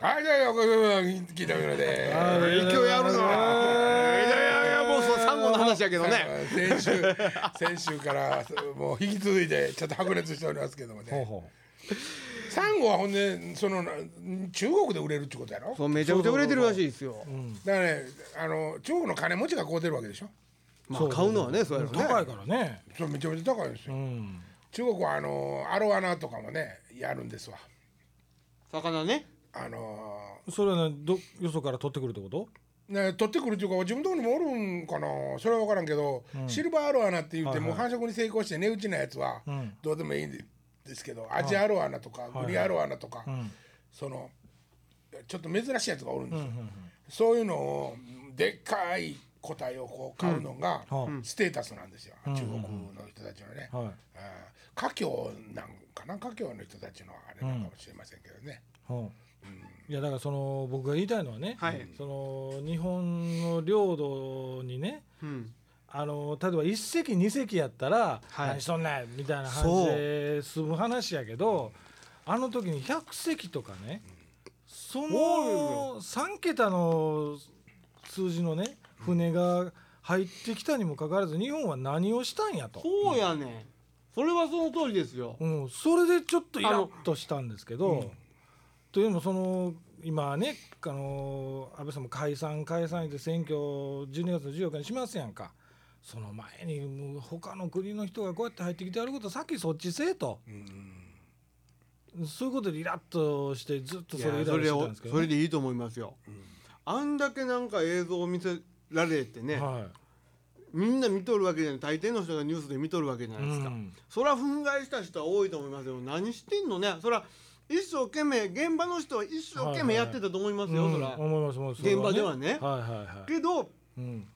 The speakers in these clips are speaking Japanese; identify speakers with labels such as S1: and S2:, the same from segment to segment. S1: はい、じゃあ、横澤聞いたので。
S2: 勢いあるな。いやいやいや、もうその三号の話やけどね。
S1: 先週、 先週から、もう引き続いて、ちょっと白熱しておりますけども
S3: ほう
S1: ね。
S3: ほ
S1: サンゴはほんで、その、な中国で売れるってことやろ
S2: そう、めちゃくちゃ売れてるらしいですよ。
S1: だからね、あの、中国の金持ちが買うてるわけでしょ
S2: まあ、買うのはね、そうやろ
S3: う高
S2: ね。
S3: いからね
S1: それめちゃめちゃ高いです
S3: う
S1: よ。
S3: ん
S1: 中国は、あの、アロアナとかもね、やるんですわ。
S2: 魚ね。
S1: あの、
S3: それはねどよそから取ってくるってこと
S1: ね、取ってくるっていうか自分のところにもおるんかなそれは分からんけど、シルバーアロアナって言って、もう繁殖に成功して値打ちなやつは
S3: ん
S1: どうでもいいんですけど、アジアロアナとかグリアロアナとか、
S3: ん
S1: そのちょっと珍しいやつがおるんですよ、そういうのをでっかい個体をこう買うのが
S3: うん
S1: ステータスなんですよ、中国の人たちのね。
S3: はい
S1: あー華僑なんかな華僑の人たちのあれなのかもしれませんけどね。
S3: うんいやだからその僕が言いたいのはね、
S2: はい
S3: その日本の領土にね
S2: うん。
S3: あの例えば1隻2隻やったら、
S2: はい
S3: 何しとんねんみたいな話で済む話やけどあの時に100隻とかねその3桁の数字のね船が入ってきたにもかかわらず日本は何をしたんやと、
S2: そうやねん。それはその通りですよ。
S3: うん、それでちょっとイラッとしたんですけど、というのもその今ねあの安倍さんも解散解散って選挙12月の14日にしますやんかその前にもう他の国の人がこうやって入ってきてやることさっきそっちせえと
S1: うん
S3: そういうことでイラッとしてずっと
S2: い
S3: そ
S2: や
S3: れイ
S2: そ
S3: ラッとし
S2: れ
S3: てたん
S2: を
S3: ですけど
S2: それ
S3: ね、
S2: でいいと思いますよ。あんだけなんか映像を見せられてね、
S3: はい
S2: みんな見とるわけじゃない大抵の人がニュースで見とるわけじゃないですか、
S3: うん
S2: そりゃ憤慨した人は多いと思いますよ何してんのねそりゃ一生懸命現場の人は一生懸命やってたと思いますよ、
S3: うん
S2: そりゃ
S3: 思います思います
S2: 現場ではね
S3: それはいはいはい、
S2: けど
S3: うん、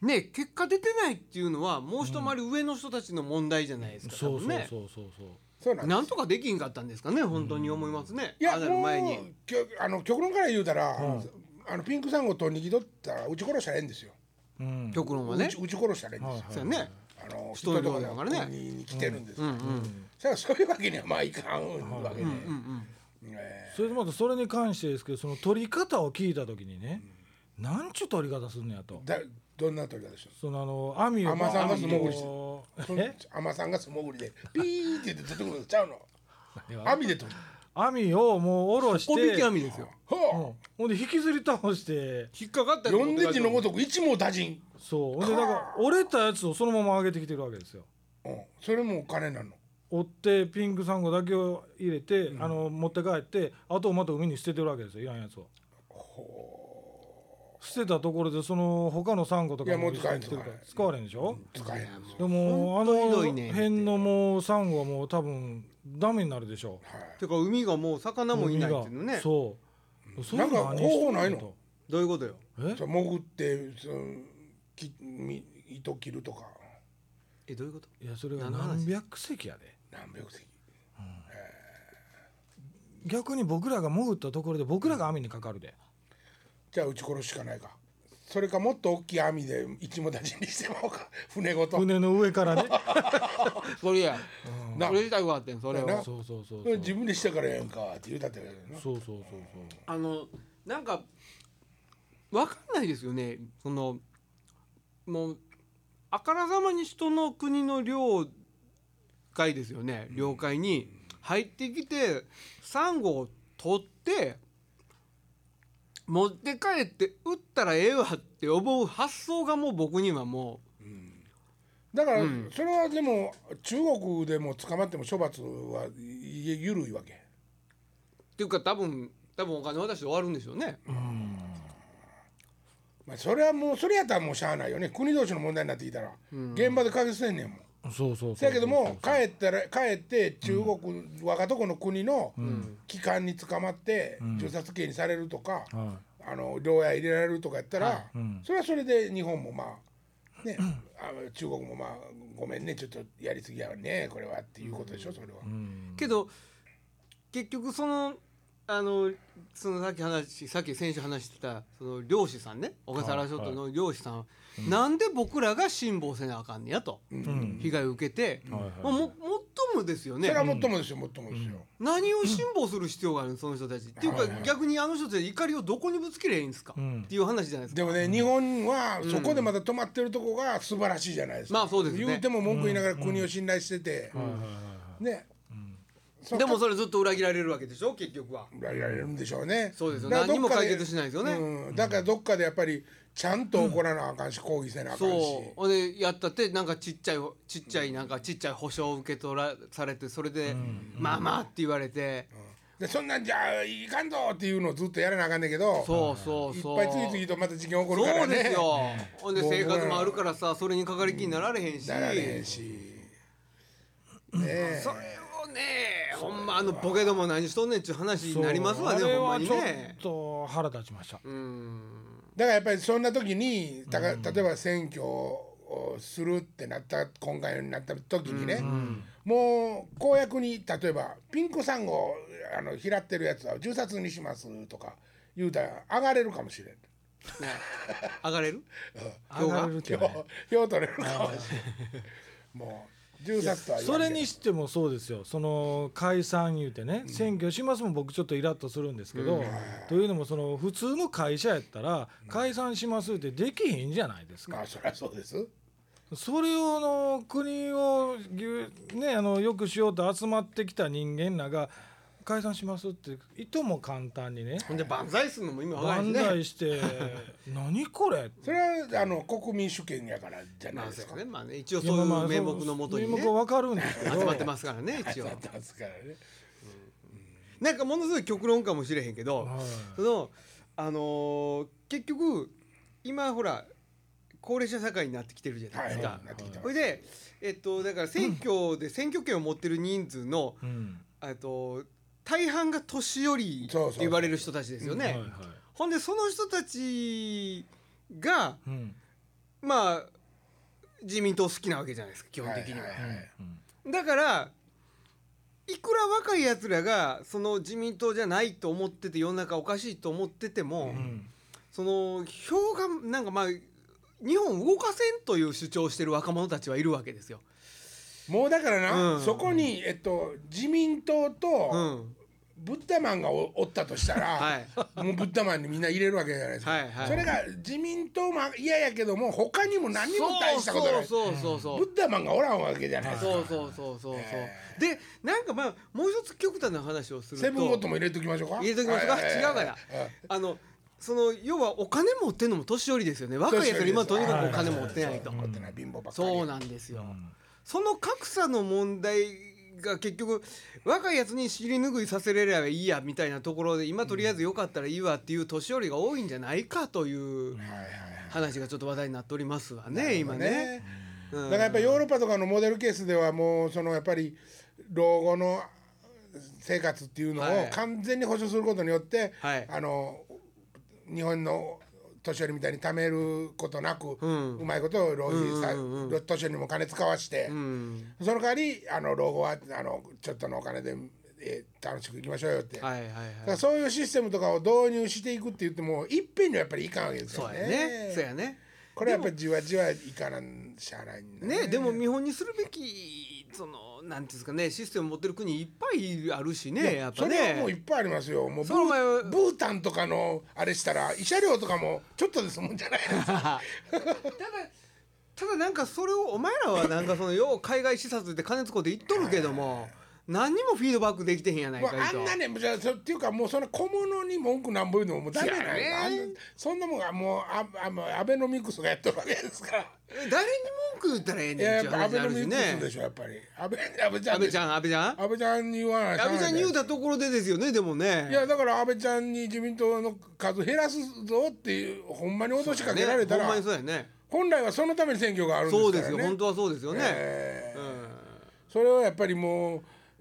S2: ね結果出てないっていうのはもう一回り上の人たちの問題じゃないですか、
S3: そ
S2: 多
S3: うそ
S2: 分
S3: う
S2: ね
S3: そうそうそう
S1: そうなんです
S2: なんとかできんかったんですかね本当に思いますね、
S1: いや
S2: ああなる前に
S1: もうきょあの極論から言うたら、あのピンクさんごと握り取ったら撃ち殺したらええんですよ。
S3: うん
S2: 極論は
S1: 撃
S2: ね
S1: ち撃ち殺したらええんですよ。
S2: そうやね
S1: あの
S2: 人の量だ
S1: 人と
S2: からね
S1: こにに来てるんですよ。
S2: うんうん
S1: そらそういうわけにはまあいかんわけで、
S2: うんうん
S1: え
S3: それでまたそれに関してですけどその取り方を聞いた時にね、なんちゅう取り方すんのやと
S1: ーだどんな取り方でしょ
S3: そのあの網を
S1: 海女さんが素潜りして
S3: こう
S1: う。その
S3: え
S1: 海さんが素潜 りでピーって言って出てくるのちゃうの。網で取る。
S3: 網をもう下ろして
S2: おびき網ですよ
S3: うん
S1: ほ
S3: ほんで引きずり倒して
S2: 引っかかった
S1: う。四デジのごとく一網打尽。
S3: そうほんでだから折れたやつをそのまま上げてきてるわけですよ
S1: うん。それもお金なの。
S3: 折ってピンクサンゴだけを入れて、あの持って帰ってあとをまた海に捨ててるわけですよいらんやつを捨てたところでその他のサンゴと
S1: い
S3: か
S1: やもう
S3: 一
S1: 使
S3: 緒
S1: えん
S3: に来てるから
S1: 使えん
S3: 使われんでしょ、
S1: 使えない。
S3: でも
S2: ほ
S3: あ
S2: んと
S3: の
S2: ひどいね
S3: 辺のもうサンゴはもう多分ダメになるでしょ
S2: てか海がもう魚もいないっていうの
S3: 海
S2: ね
S3: がそうそれ何
S1: なんか方法ないの
S3: してんと
S2: どういうことよ
S3: え
S1: そう潜ってそのきみ糸切るとか
S2: えどういうこと
S3: いやそれが
S2: 何の話
S3: 何百隻やで
S1: 何百隻。
S3: 逆に僕らが潜ったところで僕らが網にかかるで
S1: じゃあ撃ち殺すしかないかそれかもっと大きい網で一網打尽にしてもらおうか 船ごと
S3: 船の上から ね
S2: それや
S1: な
S2: それ自体があってんそれ
S1: な
S2: は
S3: そうそうそう
S1: そ
S3: そう
S1: れ自分でしたからやんかって言うたってやるな
S3: そうそうそう
S2: あのなんかわかんないですよねそのもうあからさまに人の国の領海ですよね領海に入ってきてサンゴを取って持って帰って売ったらええわって思う発想がもう僕にはも
S1: だからそれはでも中国でも捕まっても処罰はい緩いわけ
S2: うっていうか多分多分お金渡して終わるんでしょうね。
S1: まあそれはもうそれやったらもうしゃあないよね国同士の問題になってきたら現場で解決せんねんもん
S3: そうそう
S1: せ
S3: そう
S1: やけども帰ったら帰って中国若とこの国の機関に捕まって銃殺刑にされるとか、
S3: は
S1: あの牢屋入れられるとかやったら、
S3: うん
S1: それはそれで日本もまあね、あの中国もまあごめんねちょっとやりすぎやわねこれはっていうことでしょそれは、
S3: うん
S2: けど結局そのあのそのさっき話さっき先週話してたその漁師さんね小笠原諸島の漁師さん、なんで僕らが辛抱せなあかんねやと、被害を受けて、
S3: はいはい
S2: まあももっもですよ
S1: そ
S2: ね
S1: れはもっともですよ、もっともですよ。
S2: 何を辛抱する必要があるのその人たちっていうか
S1: はいはい
S2: 逆にあの人たち怒りをどこにぶつけりゃいいんですか、
S3: うん
S2: っていう話じゃないですか
S1: でもね、日本はそこでまた止まってるとこが素晴らしいじゃないですか。
S2: まあそうですね
S1: 言うても文句言いながら国を信頼してて、ね。その
S2: でもそれずっと裏切られるわけでしょ結局は
S1: やられるんでしょうね。
S2: そうですよ
S1: だから
S2: 何も
S1: どっか
S2: 解決しないですよね
S1: うんだからどっかでやっぱりちゃんと怒らなあかんし、抗議せなあかんし。
S2: そうほんでやったってなんかちっちゃいちっちゃいなんかちっちゃい保証を受け取らされてそれで、まあまあって言われて、
S1: でそんなんじゃいかんぞっていうのをずっとやらなあかんねんけど
S2: そうそうそう
S1: っぱい次々とまた事件起こるからね
S2: そうですよ、ほんで
S1: もう
S2: 生活もあるからさそれにかかりきになられへんし、
S1: なられへんしねえ
S2: それをねほんまあのボケども何しとんねんっちゅう話になりますわね
S3: そうあれ
S2: ほんま
S3: は
S2: に
S3: ちょっ
S2: ね
S3: と腹立ちました。
S2: うん
S1: だからやっぱりそんな時にたか例えば選挙をするってなった今回になった時にね、もう公約に例えばピンクサンゴあの拾ってるやつは銃殺にしますとか言うたら上がれるかもしれん。
S2: ね上がれ る
S3: 上がれるけ
S1: 票
S3: どね
S1: 票取れるかもしれん。もう銃殺とは言
S3: そ
S1: わんけど
S3: れにしてもそうですよその解散言うてね、選挙しますも僕ちょっとイラッとするんですけど、というのもその普通の会社やったら解散しますってできへんじゃないですか、
S1: まあそりゃそうです。
S3: それをあの国をぎゅ、ね、あのよくしようと集まってきた人間らが解散しますっていとも簡単にね
S2: ほんで万歳するのも意味わからへん
S3: 万
S2: しね
S3: 歳して「何これ」
S1: それはあの国民主権やからじゃな
S2: ま
S1: い
S2: あ
S1: です
S2: そう
S1: か。
S2: やねまあね一応そういう名目のもとに
S3: 名
S2: ね
S3: 目はわかるんですけど
S2: 集まってますからね一応
S1: だったんですからね。
S2: なんかものすごい極論かもしれへんけど、
S3: はい
S2: そのあのー結局今ほら高齢者社会になってきてるじゃな
S1: は
S2: いで
S1: い。
S2: すか
S1: な。ってきて
S2: ほ
S1: ま
S2: い
S1: す。
S2: で、えっと、だから選 挙で選挙権を持ってる人数の、
S3: うん
S2: えっと、大半が年寄り
S1: そうそう
S2: と言われる人たちですよね。
S3: はいはい
S2: ほんでその人たちが
S3: うん
S2: まあ自民党好きなわけじゃないですか基本的には。
S1: はいはいはい
S3: うん
S2: だからいくら若いやつらがその自民党じゃないと思ってて世の中おかしいと思ってても、
S3: うん
S2: その票がなんかまあ日本動かせんという主張してる若者たちはいるわけですよ。
S1: もうだからな、
S2: うん
S1: そこにえっと自民党
S2: う
S1: と
S2: ん、
S1: ブッダマンがおおったとしたら、
S2: はい
S1: もうブッダマンにみんな入れるわけじゃないですか。
S2: はいはい
S1: それが自民党も嫌やけども他にも何にも大したことない。
S2: そうそうそうそう、
S1: ブッダマンがおらんわけじゃないですか。
S2: そうそうそうそうそう、
S1: え
S2: でなんかまあもう一つ極端な話をすると
S1: セブンゴットも入れときましょうか。
S2: 入れときますか、
S1: はいはいはい
S2: 違うから、あのその要はお金持ってんのも年寄りですよね若いやつら今とにかくお金持ってないと、
S1: 持ってない貧乏ばっかり。
S2: そうなんですよ、その格差の問題が結局若いやつに尻拭いさせれればいいやみたいなところで今とりあえずよかったらいいわっていう年寄りが多いんじゃないかという
S1: はいはいはい。
S2: 話がちょっと話題になっておりますわね今ね。
S1: ね。
S2: うん
S1: だからやっぱりヨーロッパとかのモデルケースではもうそのやっぱり老後の生活っていうの
S2: は
S1: を
S2: い
S1: 完全に保障することによって、
S2: はい
S1: あの日本の年寄りみたいに貯めることなく、うんまいことを浪費さ、
S2: うんうん
S1: 年寄りにも金使わして、
S2: うん
S1: その代わりあの老後はあのちょっとのお金で、えー楽しくいきましょうよって、
S2: はいはい
S1: だか
S2: は
S1: ら
S2: い。
S1: そういうシステムとかを導入していくって言ってもいっぺんにはやっぱりいかんわけですよ
S2: そう
S1: ね。
S2: やね。そうやね。
S1: これはやっぱりじわじわいかなんしゃあないんだ
S2: ねでも見本にするべきそのなんていうんですかねシステム持ってる国いっぱいあるしねやっぱ
S1: それはもうい
S2: ね
S1: っ。ぱいありますよもうブ
S2: その前は
S1: ーブータンとかのあれしたら慰謝料とかもちょっとですもんじゃないですか
S2: ただただなんかそれをお前らはなんかそのよう海外視察で金使って言っとるけども何にもフィードバックできてへんやない
S1: もう
S2: かい
S1: あ
S2: と
S1: んなねじゃあそっていうかもうその小物に文句なんぼ言うのももうダメなん
S2: いや
S1: やあん
S2: ね
S1: なそんなもんがもうああもうアベノミクスがやってるわけですから
S2: 誰に文句言ったらええ
S1: いや
S2: ねん
S1: やっ
S2: っ
S1: て
S2: いう
S1: ぱア
S2: 話
S1: ベ
S2: にな
S1: ノ
S2: る
S1: ミ
S2: し
S1: クスで
S2: ね
S1: しょやっぱり安倍安倍ちゃ
S2: 安
S1: んで
S2: 倍
S1: し
S2: ち
S1: ょ
S2: ゃん安倍ちゃん
S1: 安倍ちゃんに言わない
S2: 安倍ちゃんに言う
S1: だ
S2: たところでですよねでも
S1: いや
S2: ね
S1: だから安倍ちゃんに自民党の数減らすぞっていうほんまに脅しかけられた
S2: ね
S1: ら、
S2: ほんまにそうやね
S1: 本来はそのために選挙があるんです
S2: そう
S1: か
S2: で
S1: らね
S2: すよ本当はそうですよね
S1: えー
S2: うん
S1: それはやっぱりもう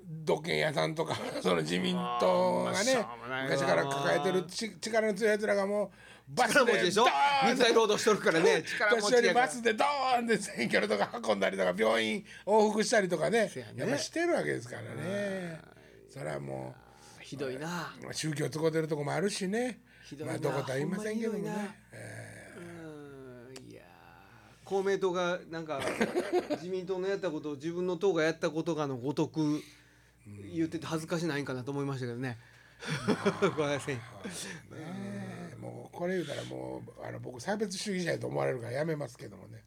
S1: 土建屋さんと かその自民党がね
S2: まあしょうもないわな
S1: 昔から抱えてるち力の強いやつらがもうバス
S2: 力持ちでしょ
S1: ドーン
S2: 肉体労働しとるからね力持
S1: 年
S2: ち
S1: 寄
S2: や
S1: り
S2: から
S1: バスでドーンって選挙のとか運んだりとか病院往復したりとかね
S2: やね
S1: やっぱしてるわけですからねそれはも
S2: ひどいな
S1: う宗教つこてるとこもあるしね
S2: ひどい
S1: ま
S2: な
S1: あどことは言いませんけども
S2: ほんまにひど
S1: ね
S2: いなうんいやー公明党がなんか自民党のやったことを自分の党がやったことがのごとく言ってて恥ずかしないんかなと思いましたけどね。ごめんなさい
S1: ねえもうこれ言うたらもうあの僕差別主義者やと思われるからやめますけどもね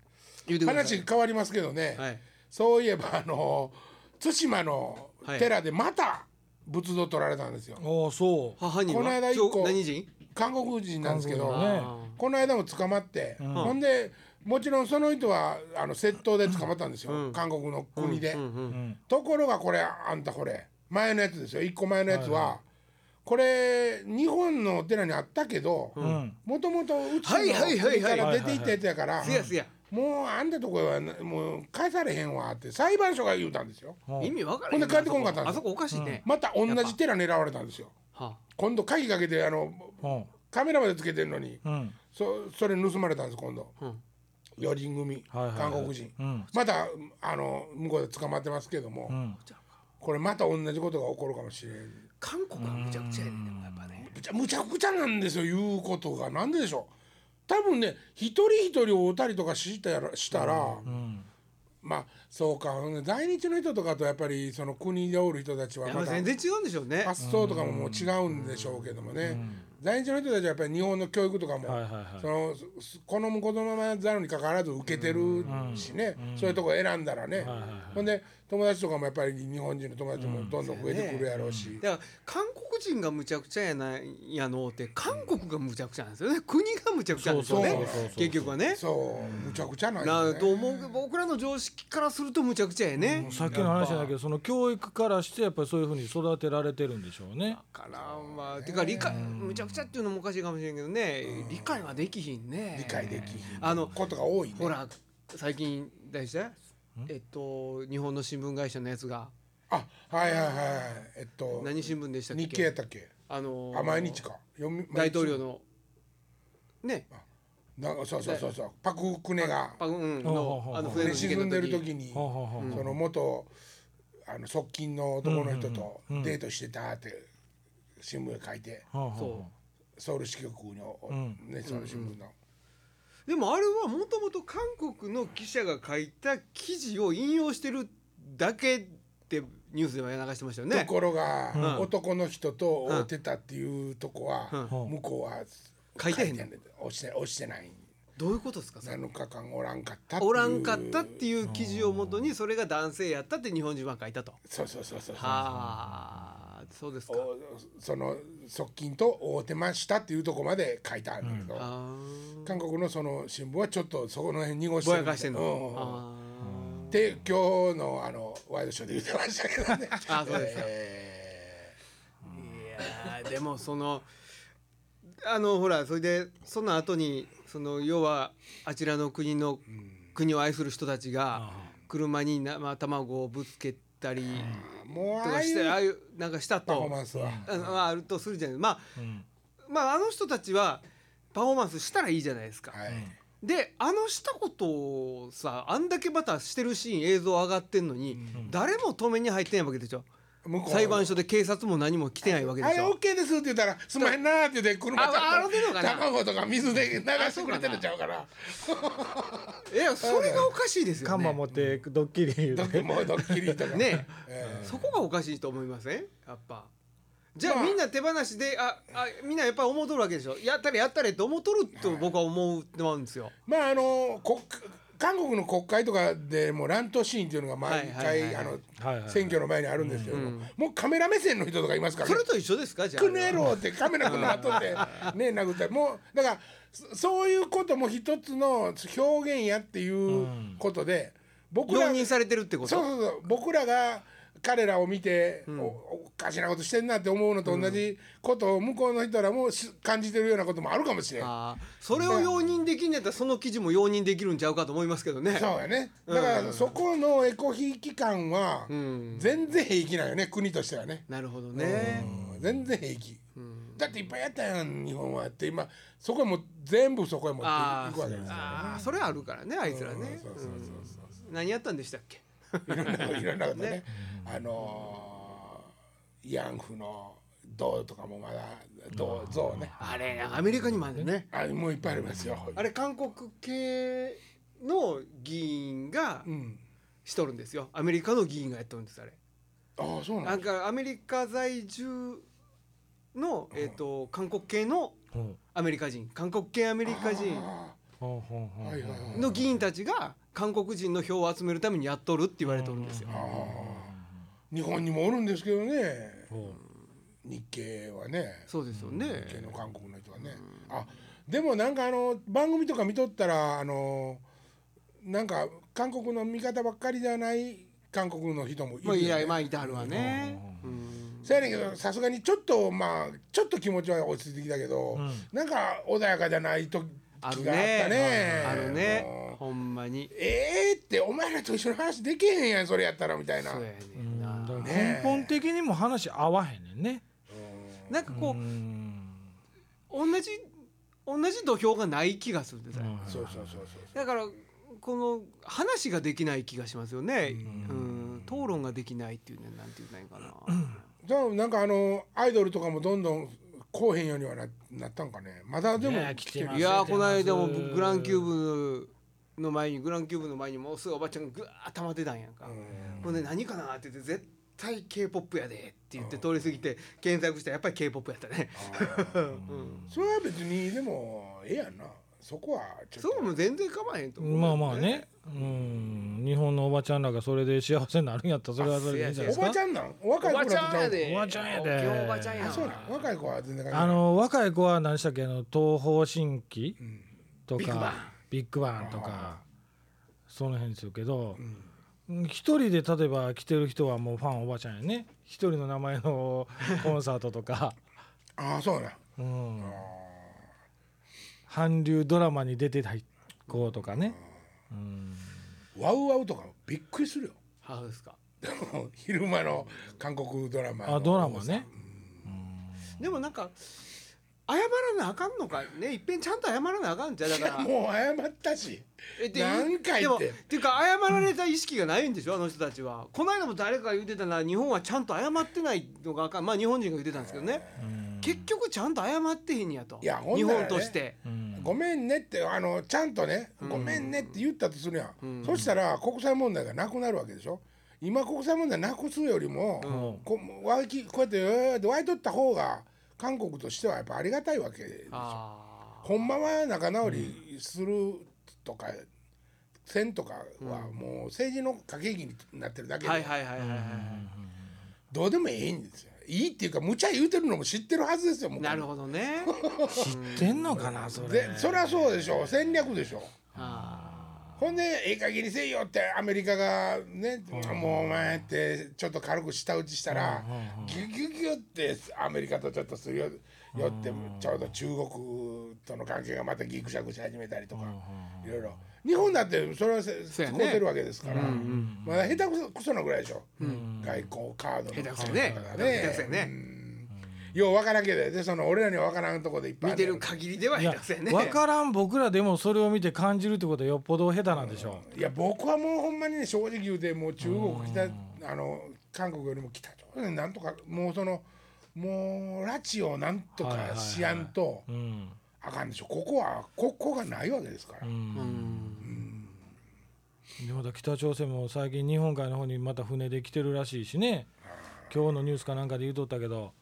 S2: 言うてください
S1: 話変わりますけどね、
S2: はい
S1: そういえばあの対馬の寺でまた仏像取られたんですよ、
S3: ああそう
S2: 母には
S1: この間一個
S2: そう何人
S1: 韓国人なんですけど、
S3: 韓国人ね
S1: この間も捕まって、ほんでもちろんその人はあの窃盗で捕まったんですよ、韓国の国で、
S2: うんうん
S1: ところがこれあんたこれ前のやつですよ一個前のやつは、これ日本のお寺にあったけど
S3: ん
S1: もともとうち
S2: はいはい
S1: の
S2: はい
S1: 国
S2: は
S1: か
S2: い
S1: ら出ていったやつやから
S2: せやせや
S1: もうあんたとこはなもう返されへんわって裁判所が言うたんですよ
S3: うん
S2: 意味わから
S1: ほんで帰ってこんかったんです
S2: あそこおかしいね、
S1: また同じ寺狙われたんですよ
S2: は
S1: 今度鍵かけてあの
S3: うん
S1: カメラまでつけてんのに
S3: うん
S1: そそれ盗まれたんです今度
S2: あ、うん
S1: 4人組、
S3: はいはいはい
S1: 韓国人、
S3: うん
S1: またあの向こうで捕まってますけども、
S3: うん
S1: これまた同じことが起こるかもしれない
S2: 韓国はむちゃくちゃやねでもやっぱね
S1: むちゃむちゃくちゃなんですよ言うことがなんででしょう多分ね一人一人を追ったりとかしたらしたら、
S3: うん
S1: まあそうかほんで在日の人とかとやっぱりその国でおる人たちは
S2: やっ
S1: ま
S2: ぱ
S1: た
S2: 全然違うんでしょうね
S1: 発想とかももう違うんでしょうけどもね在日の人たちはやっぱり日本の教育とかも、
S3: はいはいはい
S1: そのす好む子供のざるにかかわらず受けてるしね、そういうとこ選んだらね、
S3: はいはい
S1: ほんで友達とかもやっぱり日本人の友達もどんどん増えてくるやろうし、
S2: だから韓国人がむちゃくちゃやないやのって韓国がむちゃくちゃなんですよね国がむちゃくちゃなんですよ
S1: そ
S2: ね
S1: うそうそう
S3: そう
S2: 結局はね
S1: そうむちゃくちゃなんよ
S2: な
S1: ね
S2: と思うけど僕らの常識からするとむちゃくちゃやね、
S3: さっきの話じゃないけどその教育からしてやっぱりそういうふうに育てられてるんでしょうね
S2: からまあてか理解むちゃくちゃっていうのもおかしいかもしれんけどね理解はできひんね
S1: 理解できひん
S2: あの
S1: ことが多いね
S2: ほら最近大事だえっと日本の新聞会社のやつが
S1: あはいはいはいえっと
S2: 何新聞でしたっけ
S1: 日経やったっけ
S2: あのー
S1: あ毎日か読み
S2: 大統領
S1: の
S2: のね
S1: そうそうそうそうパク・クネが
S2: パうん
S3: ほうほ
S2: の
S3: う
S2: あの
S3: ほう
S2: 船
S1: ね
S2: の事
S1: 沈
S2: 件
S1: ん
S2: の
S1: でる
S2: 時
S1: 時に
S3: はあはあは
S1: その元あの側近の男の人とデートしてたって新聞に書いて
S3: あはあはあ
S2: そ
S1: ソウル支局の、ね、ソウル新聞の、
S2: でもあれはもともと韓国の記者が書いた記事を引用してるだけってニュースでは流してましたよ
S1: と
S2: ね。
S1: ころが、
S2: ん
S1: 男の人と会うてたっていうとこは、
S3: うん
S1: 向こうは
S2: 書いてへんの
S1: ね落ちて落ちてない
S2: どういうことですかそれ
S1: 7日間おらんかったっていう
S2: おらんかったっていう記事をもとにそれが男性やったって日本人は書いたと。
S1: そうそうそうそう
S2: はあそうですか。
S1: おその側近と会うてましたっていうとこまで書いてあるんだけど、
S2: あ
S1: 韓国のその新聞はちょっとそこの辺濁
S2: ー
S1: して
S2: ぼ
S1: る
S2: やかしてん
S1: うん
S2: の。あ
S1: で今日のあのワイドショーで言ってましたけどね。
S2: あそうですか
S1: え
S2: ーいやーでもそのあのほらそれでその後にその要はあちらの国の国を愛する人たちが車に生卵をぶつけたり
S1: ーもう
S2: と
S1: ああ
S2: か
S1: い
S2: してああ
S1: う
S2: いうなんかした
S1: パフォー
S2: と
S1: マンスは、
S2: あのまああるとするじゃないま
S3: うん
S2: あまああの人たちはパフォーマンスしたらいいじゃないですか。
S1: はい、
S2: であのしたことをさあんだけまたしてるシーン映像上がってんのに、誰も止めに入ってないわけでしょ
S1: 向こう
S2: 裁判所で警察も何も来てないわけ
S1: あ
S2: で
S1: れ
S2: し
S1: オ
S2: ょ
S1: ッケーですって言ったら「すまへんな」って言って車ち
S2: あ
S1: ゃ
S2: ああ
S1: ん
S2: れでの
S1: と
S2: かな
S1: 卵とか水で流してくれてるちゃうから
S2: いやそれがおかしいですよ
S3: 看板持
S2: ね
S3: ってドッキリ言う
S1: ド
S3: て
S1: ッキリもうドッキリとか
S2: ね
S1: え
S2: そこがおかしいと思いませんやっぱじゃ
S1: ま
S2: あ
S1: あ
S2: みんな手放しでああみんなやっぱり思うとるわけでしょやったれやったれって思うとると僕は思うって思うんですよ
S1: まああの国韓国の国会とかでも乱闘シーンっていうのが毎
S2: はいはい
S1: 回
S2: は
S1: あ
S2: いはい
S1: の
S3: はいはい
S1: 選挙の前にあるんですけどももうカメラ目線の人とかいますから
S2: そ
S1: ね
S2: れと一緒ですかじゃあ
S1: くねろってカメラの後でね殴ったりもうだからそそういうことも一つの表現やっていうことで僕ら
S2: 容認されてるってこ
S1: そう
S2: と
S1: そうそう僕らが彼らを見て、おおかしなことしてんなって思うのと同じことを向こうの人らもし感じてるようなこともあるかもしれん
S2: あーそれを容認できんのやったらその記事も容認できるんちゃうかと思いますけどね
S1: そうやねだからそこのエコひいき感は
S2: ん
S1: 全然平気なんよね国としてはね
S2: なるほどね
S1: うん全然平気だっていっぱいやったやん日本はって今そこはもう全部そこへ持って
S2: あ
S1: い
S2: ー
S1: くわけですよ
S2: あーそれあるからねあいつらね
S1: そうそうそう
S2: うん何やったんでしたっけ
S1: そういろんなこといろんな ことねあのー、慰安婦の銅とかもまだ銅像ね
S2: あれアメリカにもあるんだよね
S1: あもういっぱいありますよ
S2: あれ韓国系の議員が
S1: うん
S2: しとるんですよアメリカの議員がやっとるんですあれ
S1: ああそうな
S2: なんん
S1: ですか
S2: かアメリカ在住の、えー、と韓国系の
S3: ほ
S2: アメリカ人韓国系アメリカ人
S1: あ
S3: うほうほうほう
S1: はいはいはい
S2: の議員たちが韓国人の票を集めるためにやっとるって言われてるんですよ
S1: ー。あー日本にもおるんですけどね
S3: ほ
S1: 日系はね
S2: そうですよね
S1: 日系の韓国の人はねあでもなんかあの番組とか見とったらあのなんか韓国の味方ばっかりじゃない韓国の人もいる
S2: まあ
S1: よね
S2: いやまあいてはるわね。うん
S1: そうやねんけどさすがにちょっとまあちょっと気持ちは落ち着いてきたけど、
S3: うん
S1: なんか穏やかじゃない時があ
S2: あ
S1: った
S2: る
S1: ね
S2: ね。ある
S1: も
S2: ね。
S1: う
S2: ほんまに。
S1: えー、ってお前らと一緒の話できへんやんそれやったらみたいな
S2: そうやねんな。
S3: うん
S1: ね
S3: 根本的にも話合わへんねんね。
S2: なんかこ
S3: うん
S2: う同じ同じ土俵がない気がするんですよ。
S1: そうそうそうそう
S2: だからこの話ができない気がしますよね。うん討論ができないっていうねなんて言うないかな。
S1: じゃあなんかあのアイドルとかもどんどんこうへんようにはななったんかねまだでも
S3: ねえ来てます
S2: いやーこの間も
S3: 忘れてます
S2: グランキューブの前にグランキューブの前にもうすぐおばちゃんがぐわー溜まってたんやんか、
S1: うん
S2: ほんで何かなって言って絶対 k p o p やでって言って通り過ぎて検索したらやっぱり k p o p やったね、 うん、
S1: それは別にでもええやんなそこはちょっと
S2: そうも全然構わへんと思う、
S3: まあまあね。うん日本のおばちゃんらがそれで幸せになるんやったらそれはそれでいいんじゃない
S1: お
S3: ですか。
S1: ばちゃんなん若
S2: お
S1: い子
S2: ば
S1: らと
S2: ちゃんや
S1: う
S2: で
S3: おばちゃんやで
S2: 今日おばちゃんや
S1: あそうなん若い子は全然関係ない
S3: あの若い子は何でしたっけあの東方神起
S1: ん
S3: と
S2: ビッグバン
S3: かビッグバンとかその辺ですけどうん一人で例えば来てる人はもうファンおばちゃんやね一人の名前の コンサートとか、
S1: ああそうなん
S3: うん、韓流ドラマに出てた子とかね、うん、
S1: ワウワウとかびっくりするよ
S2: ハウスか
S1: 昼間の韓国ドラマの
S3: あドラマね
S2: でもなんか謝らなあかんのかねいっぺんちゃんと謝らなあかんじゃうだ
S1: い
S2: か
S1: や
S2: ら
S1: もう謝ったし
S2: えっていう
S1: 何回って
S2: でもっていうか謝られた意識がないんでしょあの人たちはこの間も誰かが言ってたな日本はちゃんと謝ってないのがあかんまあ日本人が言ってたんですけどね結局ちゃんと謝ってへんやと
S1: いやほん
S2: 日
S1: ならね
S2: 本として
S3: うん
S1: ごめんねってあのちゃんとね、ごめんねって言ったとするやん、そしたら国際問題がなくなるわけでしょ今国際問題なくすよりも、こうわきこうやってえーって湧いとった方が韓国としてはやっぱありがたいわけで
S2: あ
S1: ほんまは仲直りするとか、せんとかはもう政治の駆け引きになってるだけ
S2: あ
S1: で、
S2: はいはいはいはいはい
S1: どうでもええんですよいいっていうか無茶言うてるのも知ってるはずですよもう
S2: なるほど ね
S3: 知ってんのかなそれ
S1: でそりゃそうでしょ戦略でしょ
S2: あ
S1: ほんでええ加減にせいよってアメリカがね、もうお前ってちょっと軽く舌打ちしたら、ギュギュギュってアメリカとちょっとするよよってちょうど中国との関係がまたギクシャクし始めたりとか、いろいろ日本だってそれはせ
S2: そう
S1: 使
S2: や
S1: う
S2: ね
S1: てるわけですから、まだ下手くそくそなぐらいでしょ、外交カードの
S2: ー下手くそやね
S1: 考え方が
S2: 下手くそやね
S1: ようわからんけどでその俺らにはわからんとこでいっぱい
S2: 見
S1: ある
S2: てる限りではい下
S3: や
S2: 手くそやね
S3: 分からん僕らでもそれを見て感じるってことはよっぽど下手なんでしょ
S1: いや僕はもうほんまにね正直言うてもう中国北あの韓国よりも北朝鮮なんとかもうそのもう拉致をなんと
S3: はいはいは
S1: か
S3: い
S1: しやんと
S3: う。うん
S1: あかんでしょここは国交がないわけですから、
S2: うん
S3: でまた北朝鮮も最近日本海の方にまた船で来てるらしいしね今日のニュースかなんかで言うとったけ ど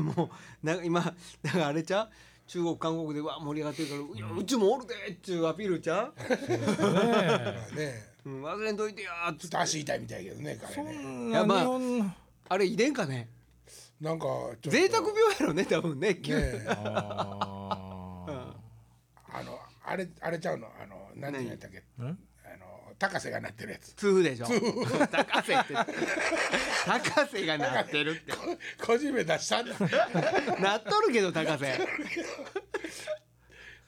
S2: もうなんか今だからあれちゃう中国韓国でうわ盛り上がってるからいやうちもおるでっちゅうアピールちゃ
S3: ね
S1: まあね
S2: う、うん、忘れんといてやーっ
S1: ちょっ
S2: つっ
S1: と
S2: て
S1: 足痛いみたいやけどね彼ね
S3: え
S2: や
S3: な
S2: まあ
S3: 日本の
S2: あれ遺伝かね
S1: なんかちょっと
S2: 贅沢病やろね多分ね急に
S1: ねえ
S3: あー
S1: あのあれあれちゃうのあの何て言うんやったっけあの高瀬がなってるやつ
S2: 痛風でしょ 高瀬って高瀬がなってるっ
S1: こ個人名出したんだ
S2: てなっとるけど高瀬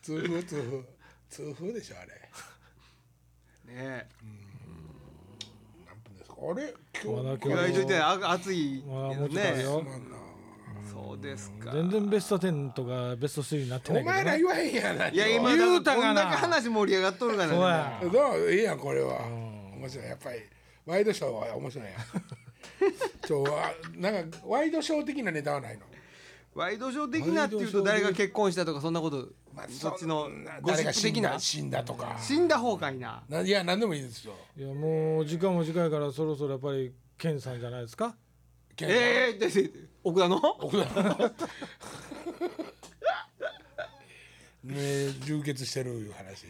S1: 痛風痛風痛風でしょあれ
S2: ね
S1: 何分ですかあれ今
S3: まだ
S1: 日
S3: 今
S2: え
S3: 日
S2: 意外といてあ暑い
S3: まだもうちょっとあるよ
S2: ねそうですか
S3: 全然ベスト10とかベスト3になってな
S1: お
S3: いけど
S1: 前ら
S3: ね
S1: 言わへんやない
S2: や今
S3: 言うたかな
S2: こんだけ話盛り上がっとるから
S3: そうや
S1: どういいやんこれは面白いやっぱりワイドショー は面白いやんそうわなんかワイドショー的なネタはないの
S2: ワイドショー的なっていうと誰が結婚したとかそんなこと
S1: まあ
S2: そっちの
S1: んな
S2: ゴシ
S1: 誰
S2: ッ
S1: が
S2: プ
S1: 死
S2: 的
S1: んだ
S2: な
S1: 死んだとか
S2: 死んだ方がいいない
S1: や何でもいいですよ
S3: いやもう時間も時間やからそろそろやっぱりケンさんじゃないですか
S1: 健太
S2: ええー、だって奥田の
S1: 奥田の ね充血してるいう話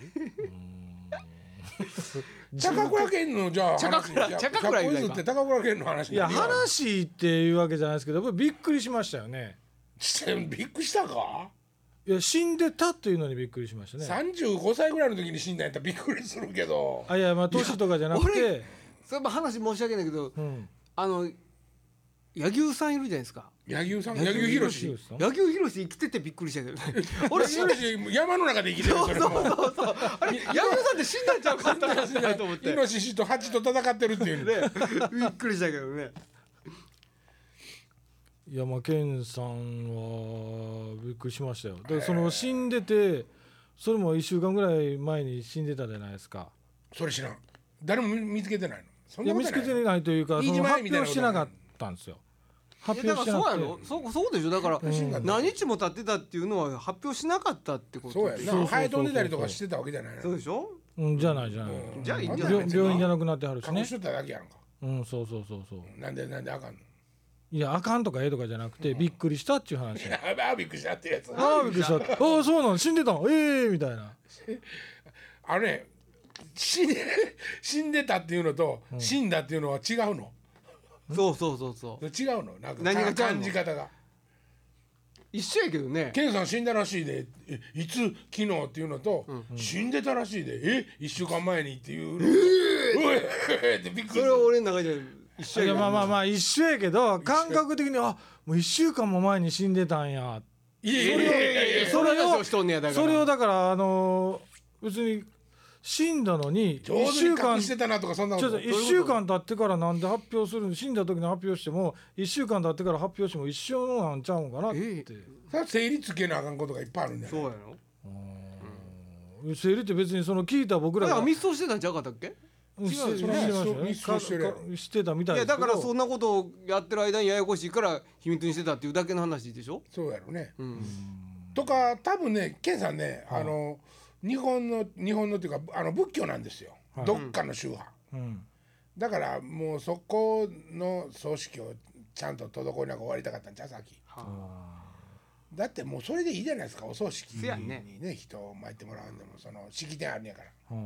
S1: 高倉健のじゃあ
S2: 高倉
S1: 話いや
S2: 高倉以
S1: 百歩
S2: 外か
S1: 譲って高倉健の話
S3: いや
S1: なんだよ
S3: 話っていうわけじゃないですけどやっぱりびっくりしましたよね
S1: してびっくりしたか
S3: いや死んでたっていうのにびっくりしましたね
S1: 35歳ぐらいの時に死んだんやったらびっくりするけど
S3: あいやまあ年とかじゃなく
S2: いや
S3: て、
S2: それも話申し訳ないけど
S3: うん、
S2: あの柳生さんいるじゃないですか
S1: 柳生さん柳生博士
S3: さん
S2: 柳生博士生きててびっくりしたけどね俺
S1: 俺
S2: 死んだ
S1: 山の中で生きてるそれも
S2: あれ柳生さんって死んだんちゃうかったなと思っ
S1: イ
S2: て
S1: ノシシとハチと戦ってるっていうね
S2: ねびっくりしたけどね
S3: いやまあケンさんはびっくりしましたよだからその死んでてそれも1週間ぐらい前に死んでたじゃないですか
S1: それ知らん誰も見つけてないのそん
S3: い
S1: なこと
S3: や見つ
S1: な
S3: け
S1: い
S3: てないというか
S1: いい
S3: そ
S1: 自
S3: の
S1: 慢
S3: 発
S1: みたいなこと
S3: 表してなかったんですよ発
S2: いや
S3: 表
S2: だ
S3: し
S2: か
S3: て
S2: ら
S3: な
S2: そうやろ
S3: くて
S2: そうそうでしょだから
S1: 死んだんだ
S2: 何日も経ってたっていうのは発表しなかったってこと
S1: そうや
S3: そうそうそうそ
S1: な
S3: う
S1: ハエ飛んでたりとかしてたわけじゃないの
S2: そうでしょ
S3: うんじゃないじゃない
S2: じゃあいいんじゃない
S3: 病
S2: 別に
S3: 病院じゃなくなってはるし
S1: 隠
S3: ね
S1: しとっただけやんか
S3: うんそうそうそうそう
S1: なんでなんであかんの
S3: いやあかんとかええとかじゃなくてびっくりしたっていう 話
S1: い やあびっくりしたってやつ
S3: ああびっくりしたああそうなん死んでたんええみたいな
S1: あのね死んで死んでたっていうのと死んだっていうのは違うの
S2: そうそうそうそう
S1: 違うのなんか
S2: 何が違うの
S1: 感じ方が
S2: 一緒やけどね
S1: ケンさん死んだらしいでえいつ昨日っていうのと、死んでたらしいでえ一週間前にっていうのええってびっく
S2: そ
S1: りす
S2: れ
S1: る
S2: は俺の中じゃ一緒
S3: い
S2: やけ
S3: や
S2: ど
S3: まあまあまあ一緒やけど感覚的にあもう1週間も前に死んでたんや
S1: いやい
S2: い
S1: や
S2: やい
S1: い
S2: や
S1: や
S2: い
S1: い
S2: や
S1: や
S2: それをしとんねやだから
S3: それをだからあのー別に死んだのに
S1: 上
S3: 1
S1: 手
S3: 週
S1: に
S3: 間
S1: 隠し
S3: ち
S1: てたなとかそんなこ
S3: ょっ
S1: と
S3: と1週間経ってからなんで発表するの死んだ時に発表しても1週間経ってから発表しても一緒なんちゃうんかなって、
S2: え
S1: それは整理つけなあかんことがいっぱいあるんだ
S2: そう
S1: よ
S2: やろ
S3: うん生理って別にその聞いた僕
S2: だ
S3: ら
S2: から
S3: が
S2: 密葬してたんちゃうかったっけ
S3: うんして
S1: 違う
S3: してましたよね
S1: 密葬してるやろ
S3: かかしてたみたい
S2: いや
S3: ですけ
S2: だ
S3: ど
S2: からそんなことをやってる間にややこしいから秘密にしてたっていうだけの話でしょ
S1: そうやろね、
S2: うん
S1: とか多分ねケンさんね、あの日本の日本のっていうかあの仏教なんですよ、どっかの宗派
S3: うん
S1: だからもうそこの葬式をちゃんと滞りなく終わりたかったんちゃうさっき
S2: は
S1: だってもうそれでいいじゃないですかお葬式に
S2: せやんね
S1: ね人を巻いてもらうんでもその式典あるんやから
S3: うん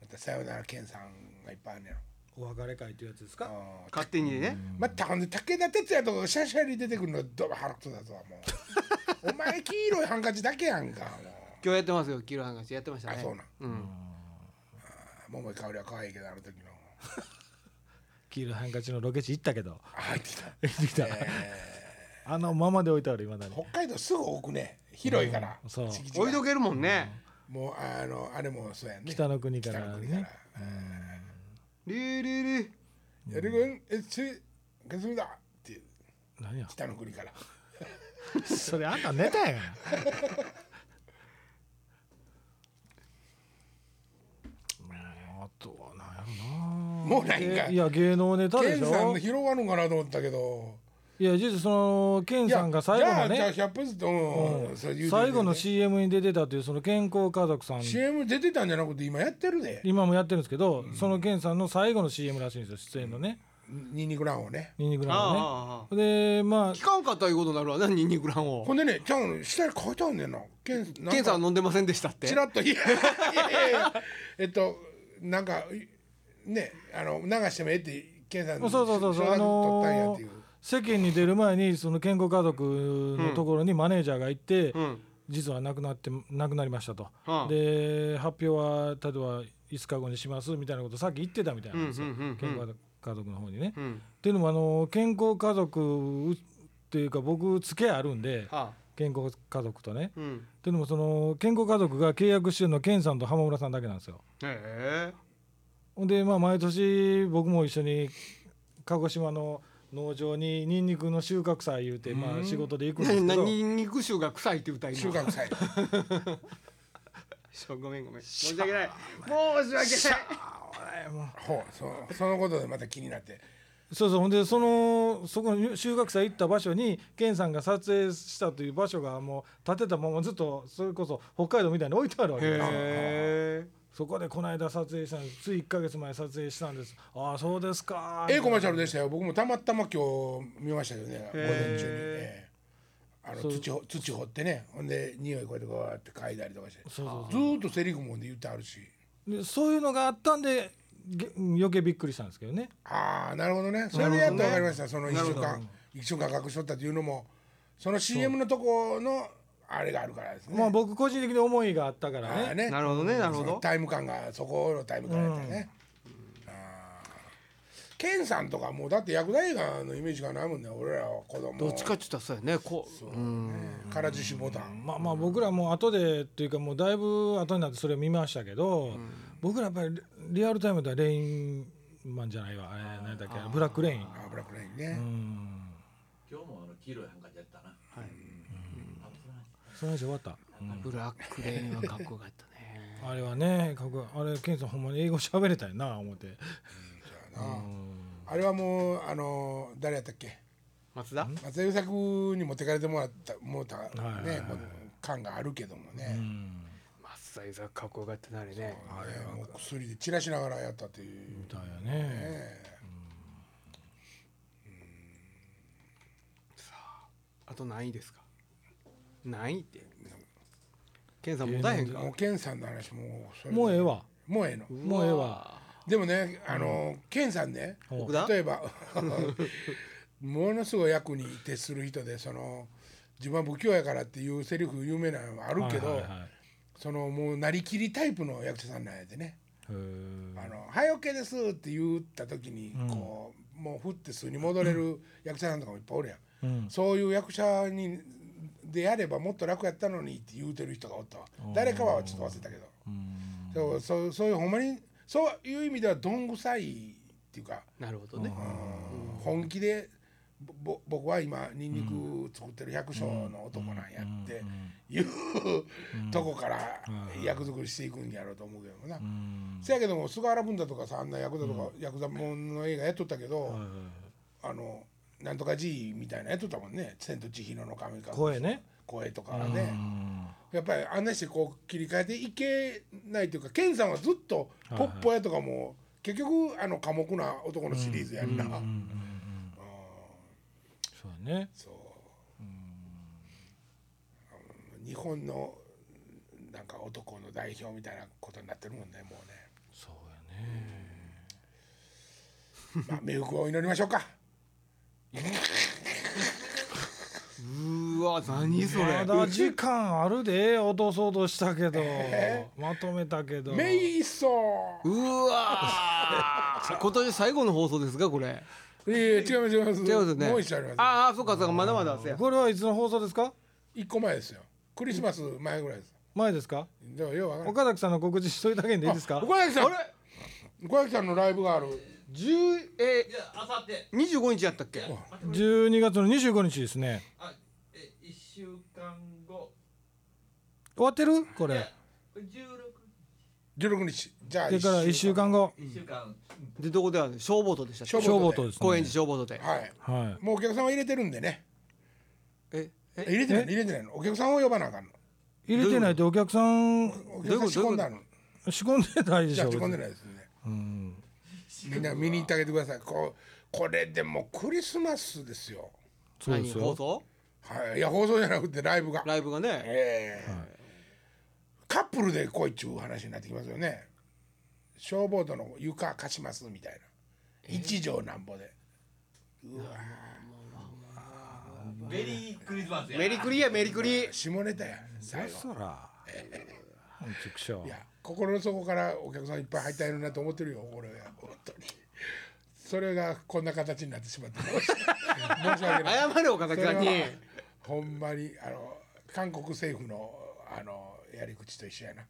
S1: またさよなら健さんがいっぱいあるんねや
S3: お別れ会っていうやつです
S1: ろ
S3: か
S2: あ勝手にね
S1: またほんで武田鉄矢とかがシャシャリ出てくるのど腹くそだぞもうお前黄色いハンカチだけやんかも
S2: 今日やってますよ黄色い話やってまし
S1: う
S2: た
S1: あ
S2: ね
S1: そうなん
S2: うん
S1: 桃井かおりは可愛いけどあの時の
S3: 黄色いハンカチのロケ地行ったけど
S1: あ入ってきた
S3: 行ってきたあのままで置いてあるいまだに
S1: 北海道すぐ置くね広いから、
S3: うんそう
S1: 敷地
S2: 置い
S1: が
S2: とけるもんね
S1: もうあのあれもそうやんね
S3: 北の国か
S1: 北
S3: ら
S1: の国から
S3: ね
S2: リリリ
S1: 「やるぐんえちかすみだ」って
S3: 何や
S1: 北の国から
S3: それあんた寝たやんあとはなんやろな
S1: もうないんか
S3: いや芸能ネタ
S1: ケ
S3: で
S1: ン
S3: し
S1: さんの
S3: ょ
S1: 広がるんかなと思ったけど
S3: いや実はそのケン
S1: いや
S3: さんが最後の
S1: じゃあ
S3: ね
S1: じゃあ100分ずつうんそれ言うてみてね
S3: 最後の CM に出てたというその健康家族さん
S1: CM 出てたんじゃなくて今やってるで
S3: 今もやってるんですけどそのケンさんの最後の CM らしいんですよ出演のね
S1: ニンニク卵をね
S3: ニンニク
S2: ああ
S3: ラの
S2: ああああ
S3: ねでまあ
S2: 聞かんかったいうことになるわなニンニクランを
S1: ほんでねちゃん下に書いてあんねんなケン
S2: ケンさん
S1: の
S2: は飲んでませんでしたって
S1: チラッといやいやいやえっとなんかねあの流してもええってケンさん
S3: そうそうそうそ
S1: 承
S3: う
S1: 諾取ったんやっていう
S3: 世間に出る前にその健康家族のところにマネージャーが行って、
S2: うん
S3: 実は亡くなって亡くなりましたと、
S2: はあ
S3: で発表は例えば5日後にしますみたいなことさっき言ってたみたいなんです
S2: う
S3: よ、
S2: んうんうんうん
S3: 健康家族の方にね。
S2: うん
S3: っていうのもあの健康家族っていうか僕付き合いあるんで
S2: はあ
S3: 健康家族とね。
S2: うん
S3: っていうのもその健康家族が契約してるのは健さんと浜村さんだけなんですよ。
S2: へえ
S3: ほんでまあ毎年僕も一緒に鹿児島の農場にニンニクの収穫祭言うてまあ仕事で行くんですけど
S2: ニンニク臭が臭いって歌い
S1: 収穫祭
S2: ごめんごめん申し訳ない申し訳ない
S1: ほうそうそのことでまた気になって
S3: そうそうほんでそのそこの修学祭行った場所に健さんが撮影したという場所がもう建てたままずっとそれこそ北海道みたいに置いてあるわけですよ
S2: へえ
S3: そこでこの間撮影したんですつい1か月前撮影したんですああそうですか
S1: ええコマーシャルでしたよ僕もたまたま今日見ましたけどね午前中に、ええあの土ほ土掘ってねほんで匂いこうやってこうやって嗅いだりとかして
S3: そうそう
S1: ずーっとセリフもんで言ってあるし
S3: でそういうのがあったんでげ余計びっくりしたんですけどね
S1: ああなるほどねそれでやっと分かりました、その1週
S2: なる
S1: 間1週間隠しとったっていうのもその CM のとこのあれがあるからですね
S3: まあ僕個人的に思いがあったから
S1: ああ
S3: ね
S1: ね
S2: なるほどねなるほ
S1: その
S2: ど
S1: タイム感がそこのタイム感やったよね、あーケンさんとかもうだって薬剤映画のイメージがないもんね俺らは子供
S2: どっちかって言ったらそうやねこううん
S1: からじしボタン
S3: まあまあ僕らも後でっていうかもうだいぶ後になってそれを見ましたけど、僕らやっぱりリリアルタイムではレインマンじゃないわあれ何だっけブラックレイン
S1: あブラックレインね、
S4: 今日もあの黄色いハンカチやったな。
S3: その話終わった、
S2: ブラックレインはかっこよかったね
S3: あれはねかっこいいあれケンさんほんまに英語喋れたよな思って
S1: そうやなあれはもうあの誰やったっけ
S2: 松田
S1: 松田優作に持ってかれてもらったもうたね、もう感があるけどもね、
S2: 松田伊沢かっこよかったねあれね
S1: あれはもう薬で散らしながらやったという、
S3: だよね
S2: あと何位ですか何位って健さんもたへんか
S1: もうケンさんの話もうそれ
S3: もうええわ
S1: もうええの
S3: もうええわ
S1: でもねあのケンさんね
S2: 奥田
S1: 例えば ものすごい役に徹する人でその自分は不器用やからっていうセリフ有名なのはあるけど、
S3: はいはいはい
S1: そのもうなりきりタイプの役者さんなんやでね
S3: へー
S1: 「あのはい OK です」って言った時にこう、もうふって素に戻れる役者さんとかもいっぱいおるやん、そういう役者にでやればもっと楽やったのにって言うてる人がおったわ誰かはちょっと忘れたけど、そうそうそういうほんまにそういう意味ではどんぐさいっていうか、
S2: なるほどね
S1: うん本気でぼぼ僕は今ニンニク作ってる百姓の男なんやっていうとこから役作りしていくんやろうと思うけどもな。せやけども菅原文太とかさあんな役だとか役座もんの映画やっとったけどあのなんとか G みたいなやっとったもんね「千と千尋の神隠し」
S3: 声ね
S1: 声とかねやっぱりあんなしてこう切り替えていけないというか健さんはずっとポッポやとかも結局あの寡黙な男のシリーズやんな。
S3: そうだね
S1: 日本のなんか男の代表みたいなことになってるもんねもう
S3: そうやね
S1: ねまあ冥福を祈りましょうか
S2: うーわ何それ
S3: まだ時間あるで落とそうとしたけど、まとめたけど
S1: メイソ
S2: うーわ ー今年最後の放送ですかこれ
S1: ーいえいえ違います違います
S2: 違いますよね
S1: もう一緒あります
S2: ああそうかそうかまだまだせや
S3: これはいつの放送ですか
S1: 一個前ですよクリスマス前ぐらいです
S3: 前ですか
S1: でもようわからん
S3: 岡崎さんの告知しといたげんでいいですか
S1: 小崎さん小崎さんのライブがある
S2: 10え
S4: いや、あさって、
S2: ー、25日やったっけ
S3: 12月の25日ですね
S4: あ、え、一週間後。
S3: 終わってるこれ
S4: 十六、
S1: 16日じゃあ
S3: それから1週間後
S4: 一週間。
S2: でどこである消防とでしたっけ
S1: 消
S3: 消防とですね
S2: 高円寺消防とで、
S1: はい
S3: は
S1: もうお客さんは入れてるんでね
S2: ええ
S1: 入れてない入れてないのお客さんを呼ばなあかんの
S3: い入れてないとお客さん
S1: お客さん仕込んだの
S3: 仕込んでないで
S1: じ
S3: し
S1: ゃあ
S3: ょ
S1: 仕込んで
S3: 別
S1: ないですねみんな見に行ってあげてくださいこうこれでもクリスマスですよ
S3: そうですよ
S2: 何放送
S1: はい、いや放送じゃなくてライブが、
S2: ライブがね
S1: ええカップルで来いっちゅう話になってきますよね消防との床貸しますみたいな、一畳なんぼでうわ
S4: メリークリスマスや。
S2: メリクリやメリクリ
S1: 下ネタや最後
S3: そら畜生
S1: いや心の底からお客さんいっぱい入ったいるなと思ってるよ俺は本当にそれがこんな形になってしまって申し訳ない
S2: 謝れ岡
S1: そ
S2: 崎
S1: れ
S2: さん
S1: は
S2: に
S1: ほんまにあの韓国政府のあのやり口と一緒やな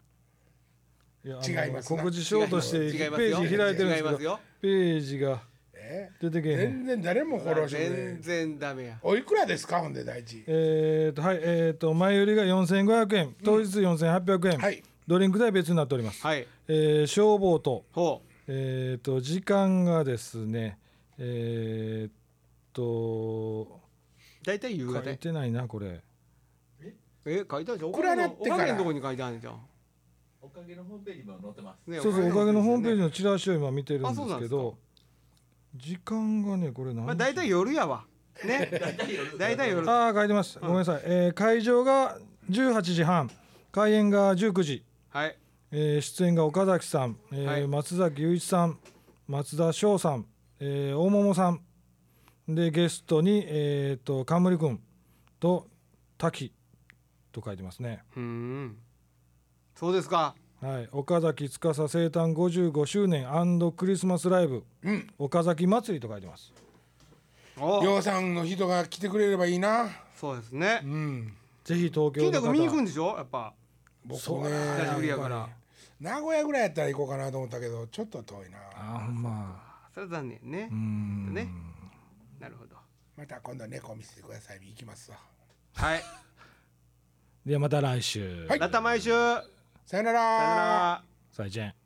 S3: や
S1: 違いますな
S3: 告知しようとして
S2: 違います
S3: ペ
S2: よ
S3: ージ開いてるんで
S2: 違いますす
S3: けど
S2: よ
S3: ページが
S1: え
S3: 出てけへん
S1: 全然誰もフォローしてくれない
S2: 全然ダメや
S1: おいくらですかほんで大地
S3: えー、とはいえー、と前売りが4500円当日4800円、
S1: はい
S3: ドリンク代別になっております、
S2: はい
S3: えー消防と,、
S2: ほ
S3: えー、と時間がですねえーっと
S2: 大体夕
S3: 書
S2: 方
S3: いてないなこれ
S2: え書いてあるじゃん
S1: 暗なってから
S2: おかげのとこに書いてあるじゃん
S4: おかげのホームページにも載ってます。
S2: ね
S3: そうそうおかげのホームページ
S2: の
S3: のチラシを今見てるんで
S2: あそう
S3: す
S2: なん
S3: け
S2: ですか
S3: ど時間がねこれ何
S2: まあ大体夜やわね
S4: 大体夜。
S2: 大体夜
S3: ああ書いてますごめんなさい、えー会場が18時半開演が19時、
S2: はい
S3: えー出演が岡崎さん、えー
S2: はい
S3: 松崎雄一さん松田翔さん、えー大桃さんでゲストに、えー、と冠君と滝と書いてますね
S2: うーんそうですか
S3: はい、岡崎司生誕55周年クリスマスライブ、岡崎祭りと書いてます
S2: お
S1: 洋さんの人が来てくれればいいな
S2: そうですね
S1: うん
S3: ぜひ東
S2: 金
S3: 京の
S2: 太
S3: 方
S2: 君見に行くんでしょやっぱ
S1: 僕
S3: そう
S1: ね
S3: だ
S2: 久しぶりやか
S3: やっ
S2: ら
S3: ぱ
S1: 名古屋ぐらいやったら行こうかなと思ったけどちょっと遠いな
S3: あーほんま
S2: それは残念ね
S3: うーん
S2: ねなるほど
S1: また今度猫見せてください行きますわ
S2: はい
S3: ではまた来週、
S1: はい
S2: また毎週
S1: さ
S2: さよ
S1: よな
S2: な
S1: ら
S2: ら
S3: 再见